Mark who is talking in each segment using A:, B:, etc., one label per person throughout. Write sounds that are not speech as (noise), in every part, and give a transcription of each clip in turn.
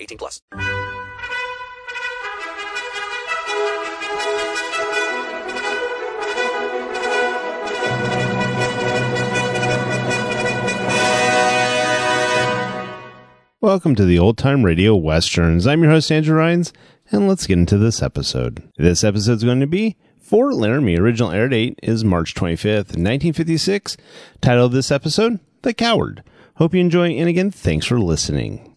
A: 18 plus.
B: Welcome to the Old Time Radio Westerns. I'm your host, Andrew Rhines, and let's get into this episode. This episode's going to be Fort Laramie. Original air date is March 25th, 1956. Title of this episode, The Coward. Hope you enjoy, and again, thanks for listening.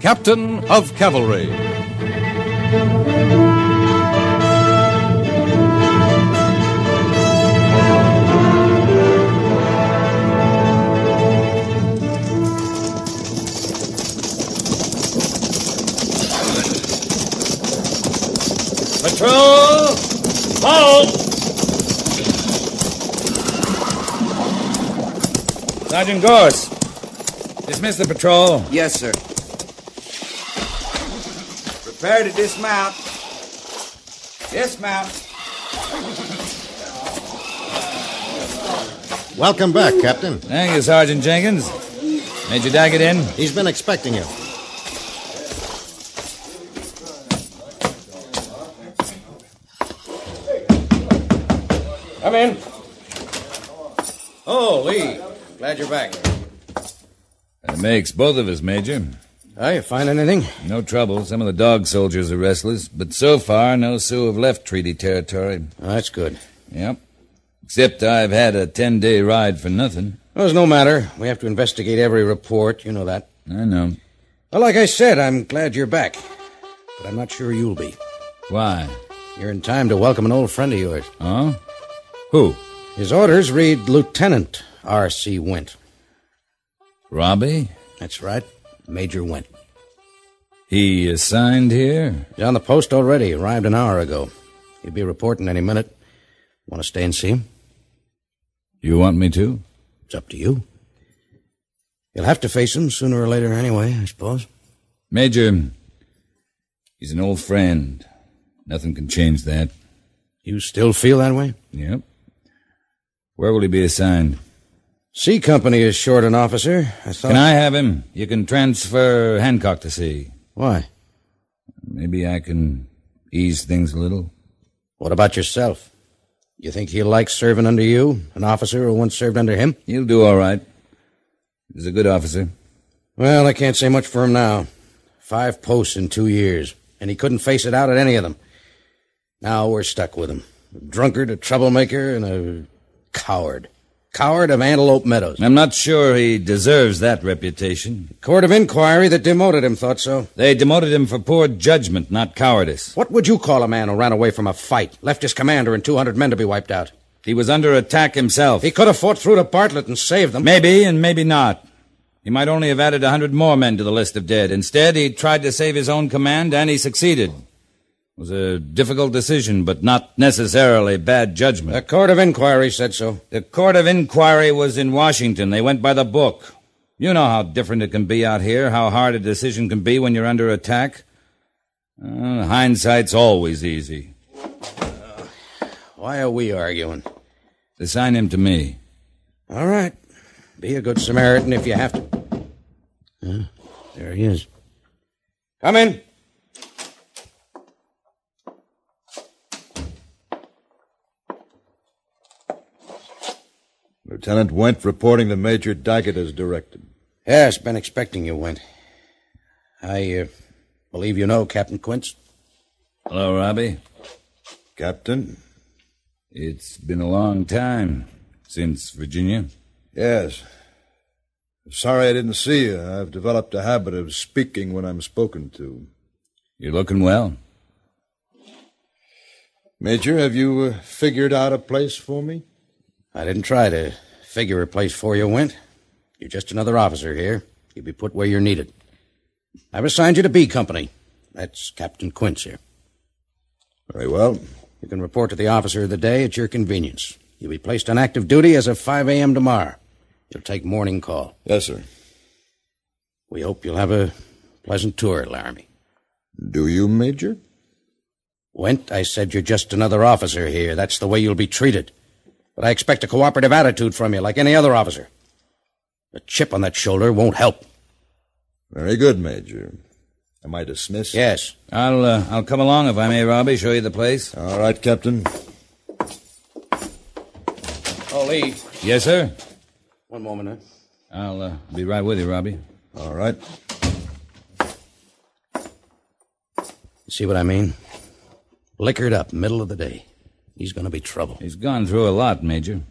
C: Captain of Cavalry.
D: Patrol! Halt! Sergeant Gorse, dismiss the patrol.
E: Yes, sir. Prepare to dismount. Dismount.
F: Welcome back, Captain.
D: Thank you, Sergeant Jenkins. Major Daggett in?
F: He's been expecting you.
D: Come in. Oh, Lee. Glad you're back. It makes both of us, Major.
F: Are you find anything?
D: No trouble. Some of the dog soldiers are restless, but so far, no Sioux have left treaty territory.
F: Oh, that's good.
D: Yep. Except I've had a ten day ride for nothing.
F: Well, it's no matter. We have to investigate every report. You know that.
D: I know.
F: Well, like I said, I'm glad you're back. But I'm not sure you'll be.
D: Why?
F: You're in time to welcome an old friend of yours.
D: Huh? Who?
F: His orders read Lieutenant, R.C. Went.
D: Robbie?
F: That's right. Major Went.
D: He assigned here?
F: He's on the post already. Arrived an hour ago. He'll be reporting any minute. Want to stay and see him?
D: You want me to?
F: It's up to you. You'll have to face him sooner or later anyway, I suppose.
D: Major, he's an old friend. Nothing can change that.
F: You still feel that way?
D: Yep. Where will he be assigned?
F: C Company is short an officer. I thought.
D: Can I have him? You can transfer Hancock to C.
F: Why?
D: Maybe I can ease things a little.
F: What about yourself? You think he'll like serving under you, an officer who once served under him?
D: He'll do all right. He's a good officer.
F: Well, I can't say much for him now. Five posts in two years, and he couldn't face it out at any of them. Now we're stuck with him. A drunkard, a troublemaker, and a coward. Coward of Antelope Meadows.
D: I'm not sure he deserves that reputation.
F: The court of inquiry that demoted him thought so.
D: They demoted him for poor judgment, not cowardice.
F: What would you call a man who ran away from a fight, left his commander and 200 men to be wiped out?
D: He was under attack himself.
F: He could have fought through to Bartlett and saved them.
D: Maybe and maybe not. He might only have added a hundred more men to the list of dead. Instead, he tried to save his own command, and he succeeded. It was a difficult decision, but not necessarily bad judgment.
F: The Court of Inquiry said so.
D: The Court of Inquiry was in Washington. They went by the book. You know how different it can be out here, how hard a decision can be when you're under attack. Uh, hindsight's always easy.
F: Uh, why are we arguing?
D: Assign him to me.
F: All right. Be a good Samaritan if you have to. Uh, there he is. Come in.
G: Lieutenant Went reporting that Major Daggett has directed.
F: Yes, been expecting you, Went. I uh, believe you know Captain Quince.
D: Hello, Robbie.
G: Captain.
D: It's been a long time since Virginia.
G: Yes. Sorry I didn't see you. I've developed a habit of speaking when I'm spoken to.
D: You're looking well.
G: Major, have you uh, figured out a place for me?
F: I didn't try to figure a place for you, Went. You're just another officer here. You'll be put where you're needed. I've assigned you to B Company. That's Captain Quince here.
G: Very well.
F: You can report to the officer of the day at your convenience. You'll be placed on active duty as of 5 a.m. tomorrow. You'll take morning call.
G: Yes, sir.
F: We hope you'll have a pleasant tour at Laramie.
G: Do you, Major?
F: Went, I said you're just another officer here. That's the way you'll be treated. But I expect a cooperative attitude from you, like any other officer. A chip on that shoulder won't help.
G: Very good, Major. Am I dismissed?
F: Yes.
D: I'll uh, I'll come along if I may, Robbie. Show you the place.
G: All right, Captain.
F: Oh, Lee.
D: Yes, sir.
F: One moment, huh?
D: I'll uh, be right with you, Robbie.
G: All right.
F: See what I mean? Liquored up, middle of the day. He's going to be trouble.
D: He's gone through a lot, Major.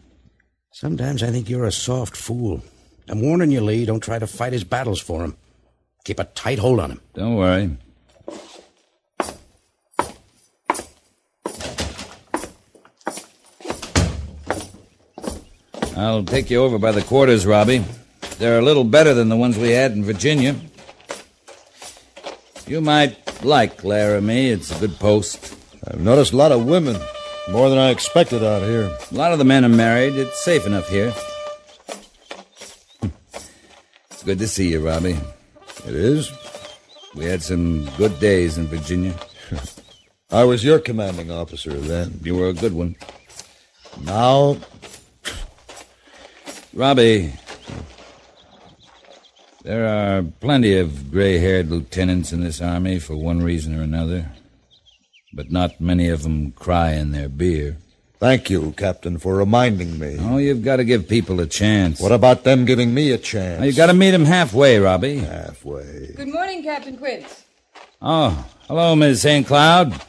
F: Sometimes I think you're a soft fool. I'm warning you, Lee. Don't try to fight his battles for him. Keep a tight hold on him.
D: Don't worry. I'll take you over by the quarters, Robbie. They're a little better than the ones we had in Virginia. You might like Laramie. It's a good post.
G: I've noticed a lot of women. More than I expected out here.
D: A lot of the men are married. It's safe enough here. It's good to see you, Robbie.
G: It is.
D: We had some good days in Virginia.
G: (laughs) I was your commanding officer then.
D: You were a good one.
G: Now.
D: Robbie, there are plenty of gray haired lieutenants in this army for one reason or another but not many of them cry in their beer.
G: Thank you, Captain, for reminding me.
D: Oh, you've got to give people a chance.
G: What about them giving me a chance?
D: Oh, you got to meet them halfway, Robbie.
G: Halfway.
H: Good morning, Captain Quince.
D: Oh, hello, Miss St. Cloud.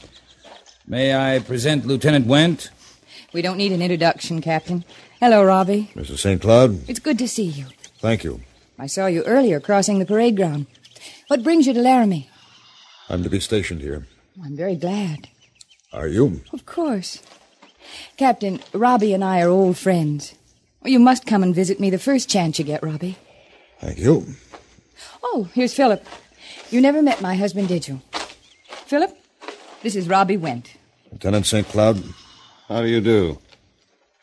D: May I present Lieutenant Went?
H: We don't need an introduction, Captain. Hello, Robbie.
G: Mrs. St. Cloud.
H: It's good to see you.
G: Thank you.
H: I saw you earlier crossing the parade ground. What brings you to Laramie?
G: I'm to be stationed here.
H: I'm very glad.
G: Are you?
H: Of course. Captain, Robbie and I are old friends.
I: Well, you must come and visit me the first chance you get, Robbie.
D: Thank you.
I: Oh, here's Philip. You never met my husband, did you? Philip, this is Robbie Went.
D: Lieutenant St. Cloud, how do you do?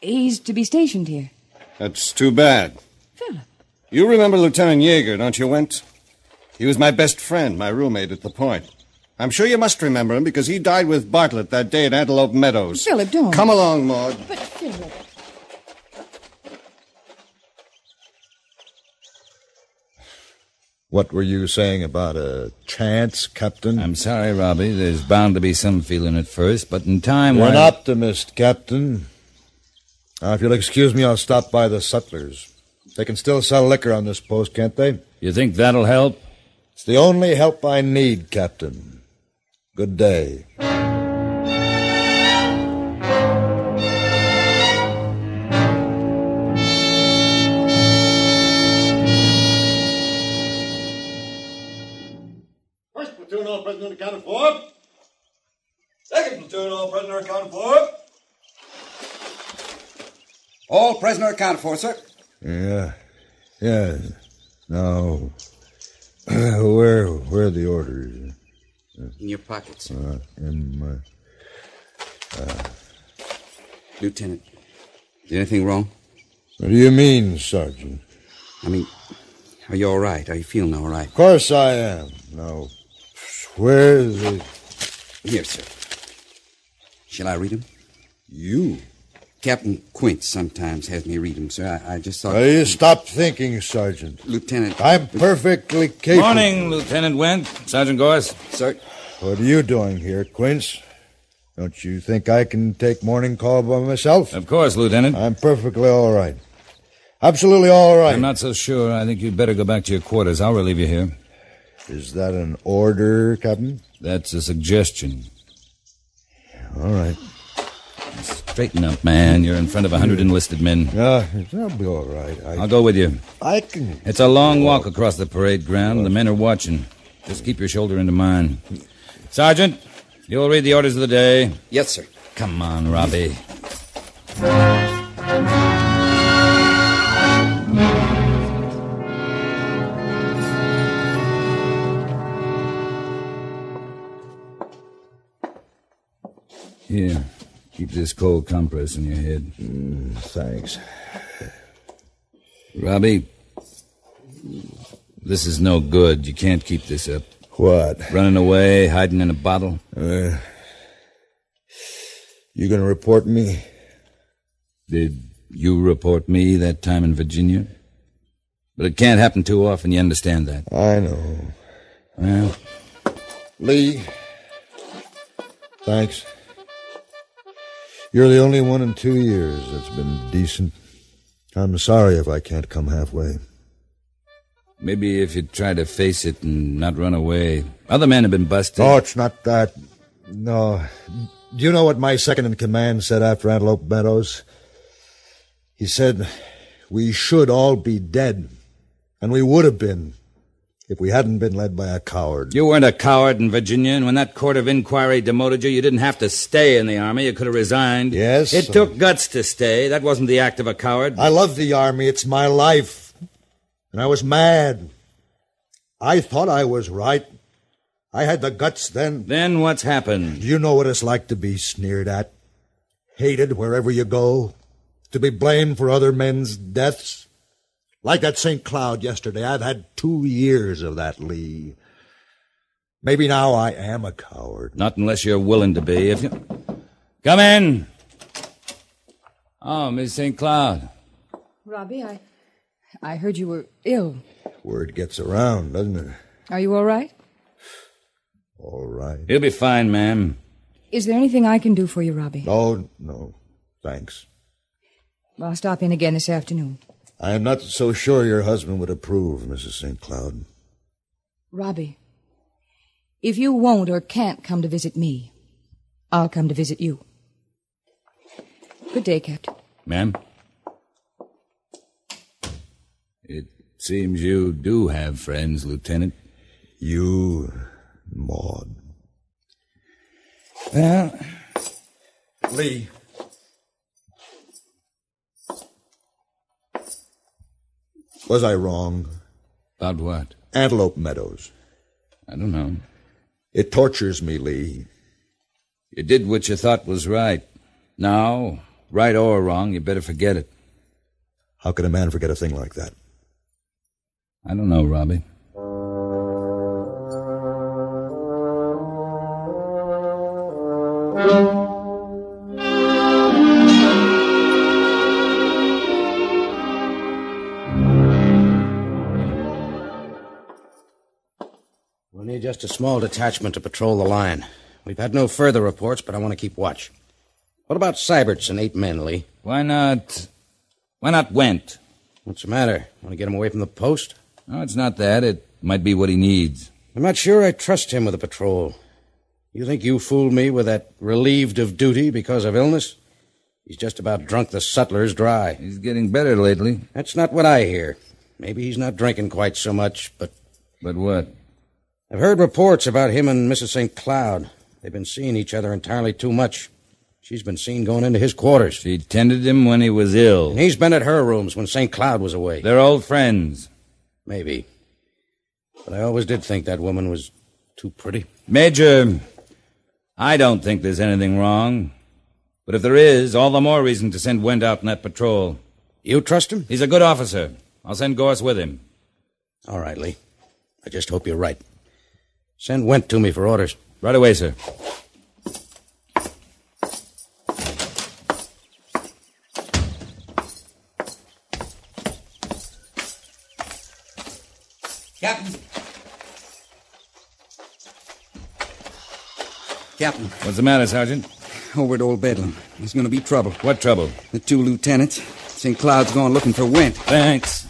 I: He's to be stationed here.
J: That's too bad.
I: Philip.
J: You remember Lieutenant Yeager, don't you, Went? He was my best friend, my roommate at the point. I'm sure you must remember him because he died with Bartlett that day at Antelope Meadows.
I: Philip, don't.
J: Come along, Maud.
I: But, Philip.
D: What were you saying about a chance, Captain?
F: I'm sorry, Robbie. There's bound to be some feeling at first, but in time.
D: You're
F: I-
D: an optimist, Captain. Now, if you'll excuse me, I'll stop by the sutlers. They can still sell liquor on this post, can't they?
F: You think that'll help?
D: It's the only help I need, Captain. Good day.
K: First platoon, all prisoner accounted for. Second platoon, all prisoner accounted for.
L: All prisoner accounted for, sir.
D: Yeah. Yeah. Now, Uh, where, where are the orders?
L: In your pockets.
D: Uh, in my, uh,
L: Lieutenant, is there anything wrong?
D: What do you mean, Sergeant?
L: I mean, are you all right? Are you feeling all right?
D: Of course I am. Now, where's the.
L: Here, sir. Shall I read 'em?
D: You?
L: Captain Quince sometimes has me read 'em, sir. I, I just thought.
D: Now, you stop thinking, Sergeant.
L: Lieutenant.
D: I'm perfectly capable.
F: Morning, Lieutenant Went. Sergeant Gorse.
L: Sir.
D: What are you doing here, Quince? Don't you think I can take morning call by myself?
F: Of course, Lieutenant.
D: I'm perfectly all right. Absolutely all right.
F: I'm not so sure. I think you'd better go back to your quarters. I'll relieve you here.
D: Is that an order, Captain?
F: That's a suggestion.
D: All right.
F: Straighten up, man. You're in front of a hundred enlisted men.
D: Yeah, Uh, that'll be all right. I,
F: Hmm. I'll go with you.
D: I can.
F: It's a long walk across the parade ground. The men are watching. Just keep your shoulder into mine. Sergeant, you'll read the orders of the day.
L: Yes, sir.
F: Come on, Robbie. Here, keep this cold compress in your head.
D: thanks.
F: Robbie, this is no good. You can't keep this up.
D: What?
F: Running away, hiding in a bottle.
D: Uh, you gonna report me?
F: Did you report me that time in Virginia? But it can't happen too often, you understand that.
D: I know.
F: Well,
D: Lee. Thanks. You're the only one in two years that's been decent. I'm sorry if I can't come halfway.
F: maybe if you try to face it and not run away. Other men have been busted.
D: Oh, it's not that. No. Do you know what my second in command said after Antelope Meadows? He said, We should all be dead. And we would have been if we hadn't been led by a coward.
F: You weren't a coward in Virginia, and when that court of inquiry demoted you, you didn't have to stay in the army. You could have resigned.
D: Yes,
F: It
D: uh,
F: took guts to stay. That wasn't the act of a coward.
D: I love the army. It's my life. And I was mad. I thought I was right. I had the guts then.
F: Then what's happened?
D: Do you know what it's like to be sneered at? Hated wherever you go? To be blamed for other men's deaths? Like that St. Cloud yesterday. I've had two years of that, Lee. Maybe now I am a coward.
F: Not unless you're willing to be. If you come in. Oh, Miss St. Cloud.
I: Robbie, I. I heard you were ill.
D: Word gets around, doesn't it?
I: Are you all right?
D: All right.
F: You'll be fine, ma'am.
I: Is there anything I can do for you, Robbie?
M: Oh,
D: No, no. Thanks.
I: I'll stop in again this afternoon.
D: I am not so sure your husband would approve, Mrs. St. Cloud.
I: Robbie, if you won't or can't come to visit me, I'll come to visit you. Good day, Captain.
F: Ma'am. It seems you do have friends, Lieutenant.
D: You, Maud.
F: Well,
D: Lee.
M: Was I wrong?
N: About what?
M: Antelope Meadows.
N: I don't know.
M: It tortures me, Lee.
G: You did what you thought was right. Now, right or wrong, you better forget it.
M: How could a man forget a thing like that?
G: I don't know, Robbie.
F: We'll need just a small detachment to patrol the line. We've had no further reports, but I want to keep watch. What about Syberts and eight men, Lee?
G: Why not? Why not Went?
F: What's the matter? Want to get him away from the post?
G: No, it's not that. It might be what he needs.
F: I'm not sure I trust him with a patrol. You think you fooled me with that relieved of duty because of illness? He's just about drunk the sutlers dry.
G: He's getting better lately.
F: That's not what I hear. Maybe he's not drinking quite so much, but.
G: But what?
F: I've heard reports about him and Mrs. St. Cloud. They've been seeing each other entirely too much. She's been seen going into his quarters.
G: She tended him when he was ill.
F: And he's been at her rooms when St. Cloud was away.
G: They're old friends.
F: Maybe. But I always did think that woman was too pretty.
G: Major, I don't think there's anything wrong. But if there is, all the more reason to send Wendt out on that patrol.
F: You trust him?
G: He's a good officer. I'll send Gorse with him.
F: All right, Lee. I just hope you're right. Send Went to me for orders.
G: Right away, sir.
O: Captain. Captain.
G: What's the matter, Sergeant?
O: (sighs) Over at Old Bedlam. There's going to be trouble.
G: What trouble?
O: The two lieutenants. St. Cloud's gone looking for Went.
G: Thanks.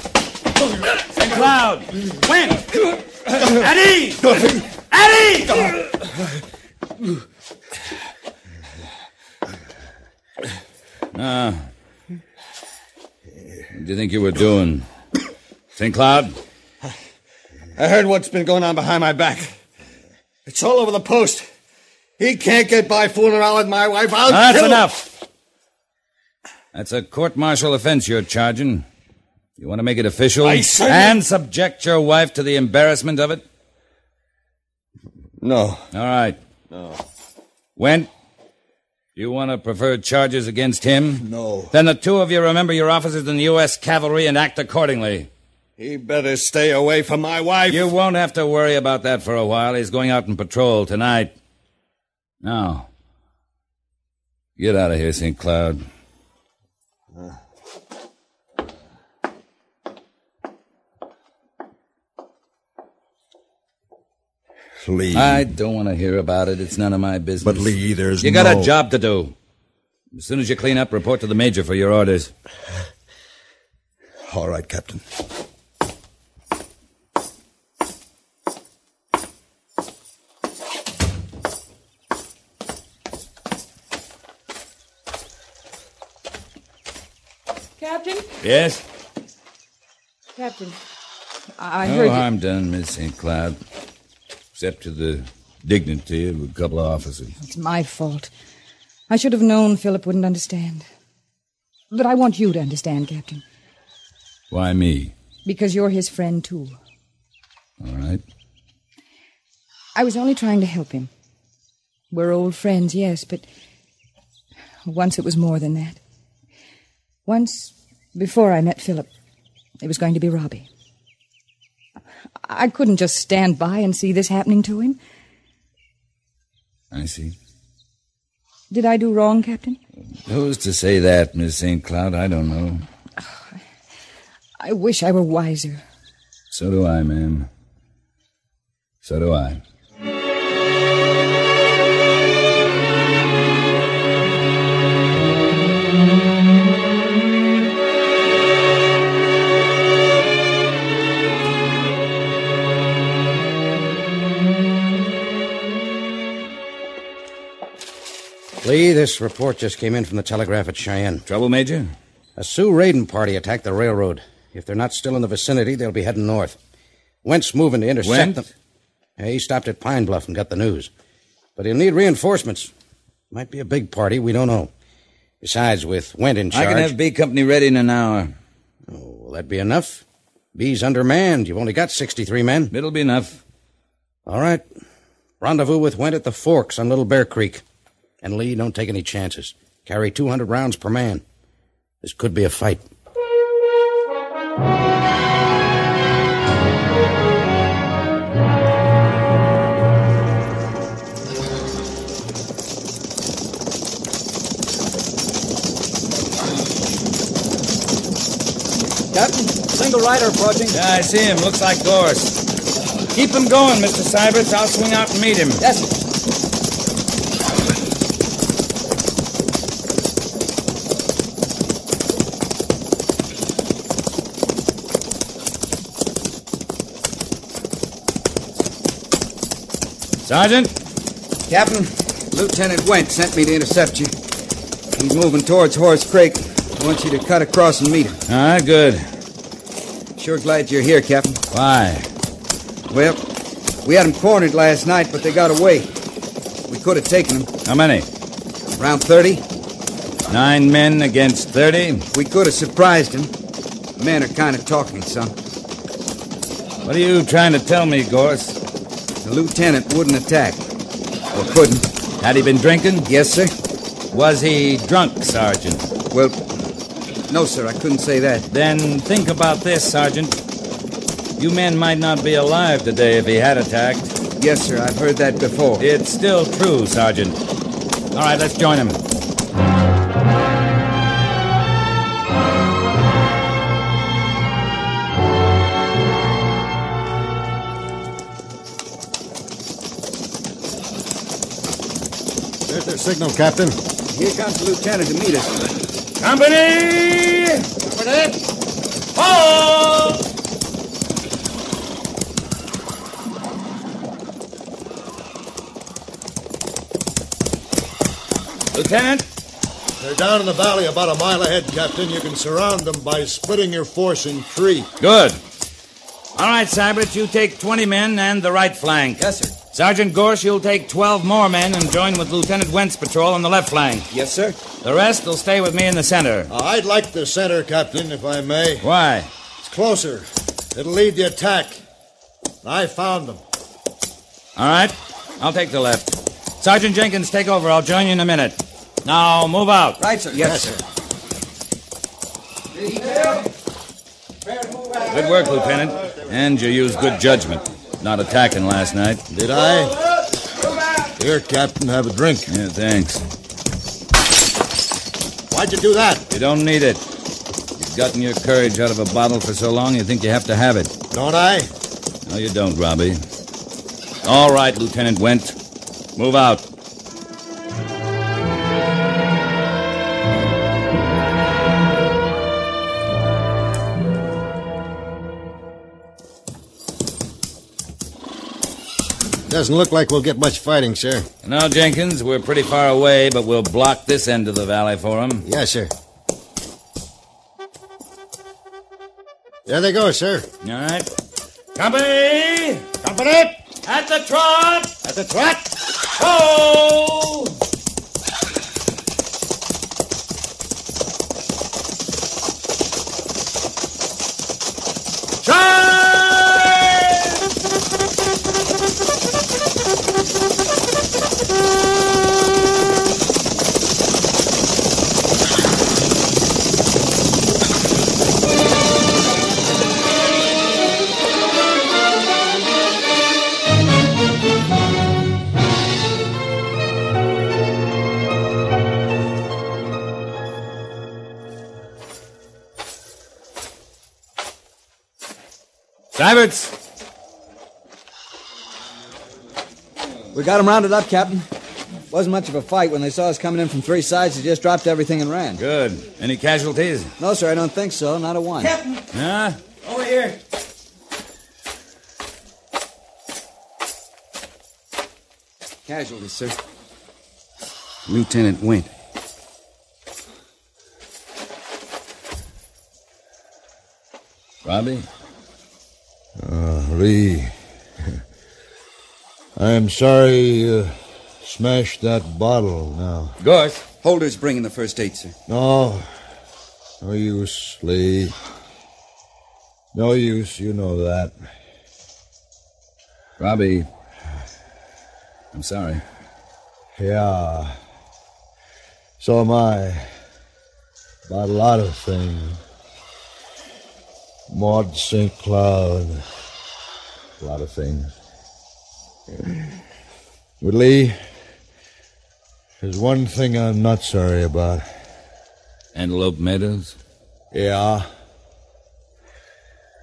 G: St. Cloud! Went! At ease! At ease! Ah. What do you think you were doing? St. Cloud?
D: I heard what's been going on behind my back. It's all over the post. He can't get by fooling around with my wife. I'll
G: That's
D: kill him.
G: enough. That's a court martial offense you're charging. You want to make it official
D: I said-
G: and subject your wife to the embarrassment of it?
D: No.
G: All right.
D: No.
G: Went. Do you want to prefer charges against him?
D: No.
G: Then the two of you remember your officers in the U.S. Cavalry and act accordingly.
D: He better stay away from my wife.
G: You won't have to worry about that for a while. He's going out on patrol tonight. Now, get out of here, St. Cloud.
M: Lee.
G: I don't want to hear about it. It's none of my business.
M: But Lee, there's
G: you got
M: no-
G: a job to do. As soon as you clean up, report to the major for your orders.
M: All right, Captain.
I: Captain?
G: Yes.
I: Captain. I I
G: no
I: heard you.
G: harm done, Miss St. Cloud, except to the dignity of a couple of officers.
I: It's my fault. I should have known Philip wouldn't understand. But I want you to understand, Captain,
G: Why me?
I: because you're his friend, too.
G: All right.
I: I was only trying to help him. We're old friends, yes, but once it was more than that. Once, before I met Philip, it was going to be Robbie. I couldn't just stand by and see this happening to him.
G: I see.
I: Did I do wrong, Captain?
G: Who's to say that, Miss St. Cloud? I don't know.
I: I wish I were wiser.
G: So do I, ma'am. So do I.
F: Lee, this report just came in from the telegraph at Cheyenne.
G: Trouble, Major?
F: A Sioux raiding party attacked the railroad. If they're not still in the vicinity, they'll be heading north.
P: Wentz moving to intercept them. Yeah, he stopped at Pine Bluff and got the news. But he'll need reinforcements. Might be a big party. We don't know. Besides, with Went in
B: I
P: charge.
B: can have B Company ready in an hour.
P: Oh, will that be enough? B's undermanned. You've only got 63 men.
B: It'll be enough.
P: All right. Rendezvous with Went at the Forks on Little Bear Creek. And Lee, don't take any chances. Carry 200 rounds per man. This could be a fight.
Q: Captain, single rider approaching.
B: Yeah, I see him. Looks like Doris. Keep him going, Mr. Syberts. I'll swing out and meet him.
Q: Yes.
B: Sergeant?
F: Captain, Lieutenant Wentz sent me to intercept you. He's moving towards Horse Creek. Wants you to cut across and meet him.
B: All right, good.
F: Sure glad you're here, Captain.
B: Why?
F: Well, we had him cornered last night, but they got away. We could have taken him.
B: How many?
F: Around 30.
B: Nine men against 30.
F: We could have surprised him. The men are kind of talking some.
B: What are you trying to tell me, Gorse?
F: The lieutenant wouldn't attack. Or couldn't.
B: Had he been drinking?
F: Yes, sir.
B: Was he drunk, Sergeant?
F: Well, no, sir, I couldn't say that.
B: Then think about this, Sergeant. You men might not be alive today if he had attacked.
F: Yes, sir, I've heard that before.
B: It's still true, Sergeant. All right, let's join him.
R: There's their signal, Captain.
F: Here comes the lieutenant to meet us.
B: Company!
Q: Company!
B: Halt! Lieutenant?
D: They're down in the valley about a mile ahead, Captain. You can surround them by splitting your force in three.
B: Good. All right, Sybert, you take 20 men and the right flank.
F: Yes, sir.
B: Sergeant Gorse, you'll take 12 more men and join with Lieutenant Wentz patrol on the left flank.
F: Yes, sir.
B: The rest will stay with me in the center.
D: Uh, I'd like the center, Captain, if I may.
B: Why?
D: It's closer. It'll lead the attack. I found them.
B: All right. I'll take the left. Sergeant Jenkins, take over. I'll join you in a minute. Now, move out.
F: Right, sir. Yes, sir.
B: Good work, Lieutenant. And you used good judgment, not attacking last night.
D: Did I? Here, Captain, have a drink.
B: Yeah, thanks.
D: Why'd you do that?
B: You don't need it. You've gotten your courage out of a bottle for so long, you think you have to have it.
D: Don't I?
B: No, you don't, Robbie. All right, Lieutenant Went. Move out.
R: Doesn't look like we'll get much fighting, sir.
B: Now, Jenkins, we're pretty far away, but we'll block this end of the valley for him.
R: Yes, sir. There they go, sir.
B: All right. Company! Company! At the trot! At the trot! Ho! Syberts!
F: We got them rounded up, Captain. Wasn't much of a fight. When they saw us coming in from three sides, they just dropped everything and ran.
B: Good. Any casualties?
F: No, sir, I don't think so. Not a one.
S: Captain,
B: Huh?
S: over here.
F: Casualties, sir. Lieutenant Went.
B: Robbie?
D: Uh,
G: Lee. I'm sorry you smashed that bottle now.
E: Gorse, Holder's bringing the first aid, sir.
G: No. No use, Lee. No use, you know that.
D: Robbie, I'm sorry.
G: Yeah. So am I. About a lot of things. Maud St. Cloud. A lot of things. But Lee, there's one thing I'm not sorry about.
D: Antelope Meadows?
G: Yeah.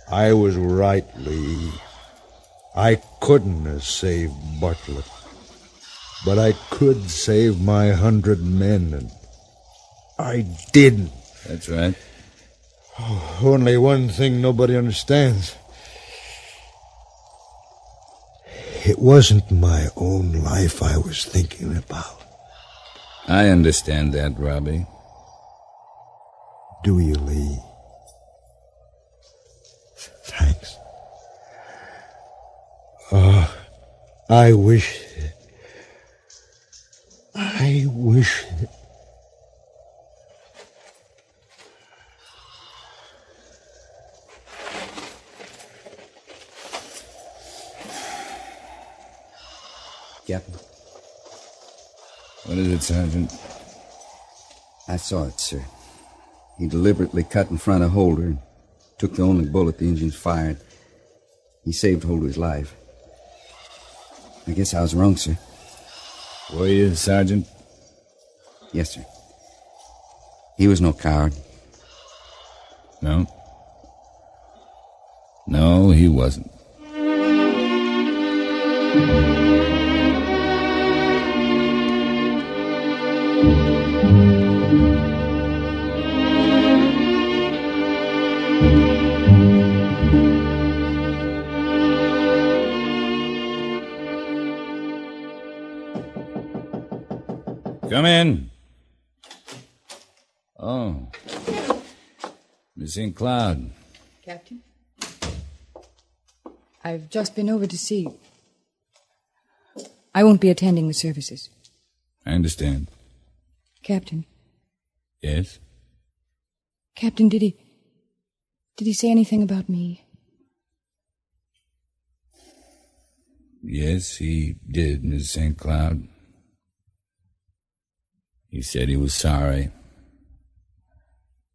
G: I was right, Lee. I couldn't have saved Bartlett. But I could save my hundred men, and I didn't.
D: That's right.
G: Only one thing nobody understands. It wasn't my own life I was thinking about.
D: I understand that, Robbie.
G: Do you, Lee? Thanks. Oh, I wish. I wish.
E: Captain.
D: What is it, Sergeant?
E: I saw it, sir. He deliberately cut in front of Holder and took the only bullet the engines fired. He saved Holder's life. I guess I was wrong, sir.
D: Were you, Sergeant?
E: Yes, sir. He was no coward.
D: No. No, he wasn't. Come in. Oh. Miss St. Cloud.
H: Captain? I've just been over to see. you. I won't be attending the services.
D: I understand.
H: Captain,
D: Yes?
H: Captain, did he. Did he say anything about me?
D: Yes, he did, Miss St. Cloud. He said he was sorry.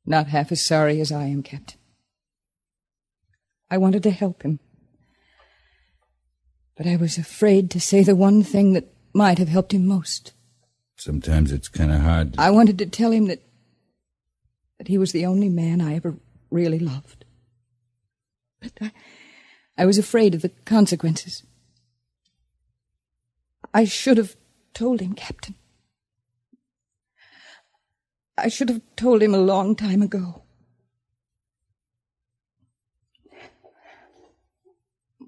H: Not half as sorry as I am, Captain. I wanted to help him. But I was afraid to say the one thing that might have helped him most.
D: Sometimes it's kind of hard.
H: I wanted to tell him that. that he was the only man I ever really loved. But I. I was afraid of the consequences. I should have told him, Captain. I should have told him a long time ago.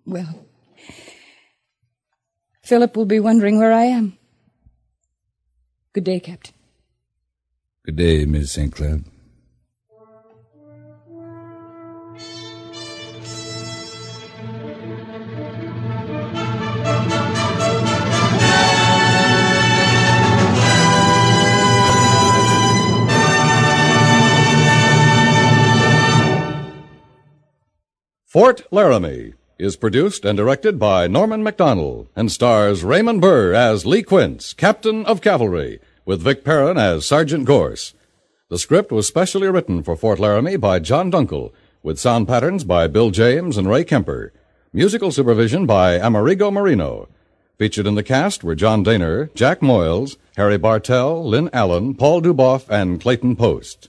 H: Well, Philip will be wondering where I am. Good day, Captain.
D: Good day, Miss St. Cloud.
C: Fort Laramie is produced and directed by Norman McDonald and stars Raymond Burr as Lee Quince, Captain of Cavalry, with Vic Perrin as Sergeant Gorse. The script was specially written for Fort Laramie by John Dunkel, with sound patterns by Bill James and Ray Kemper. Musical supervision by Amerigo Marino. Featured in the cast were John Daner, Jack Moyles, Harry Bartell, Lynn Allen, Paul Duboff, and Clayton Post.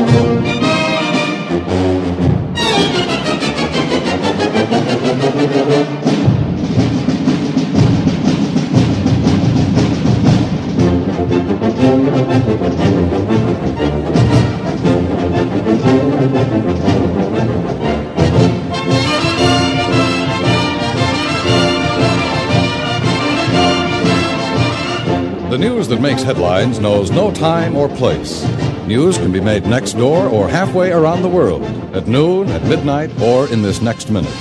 D: The news that makes headlines knows no time or place. News can be made next door or halfway around the world, at noon, at midnight, or in this next minute.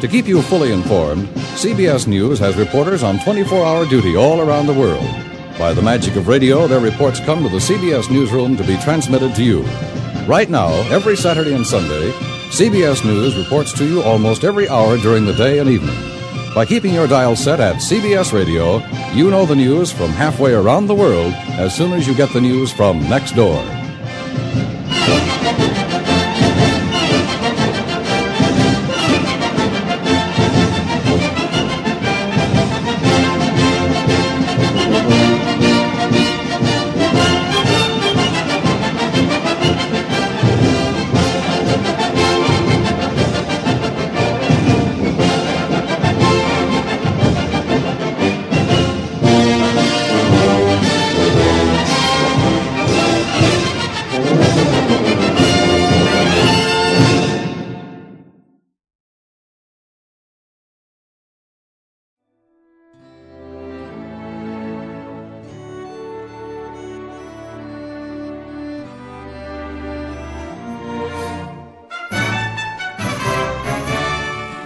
D: To keep you fully informed, CBS News has reporters on 24 hour duty all around the world. By the magic of radio, their reports come to the CBS newsroom to be transmitted to you. Right now, every Saturday and Sunday, CBS News reports to you almost every hour during the day and evening. By keeping your dial set at CBS Radio, you know the news from halfway around the world as soon as you get the news from next door.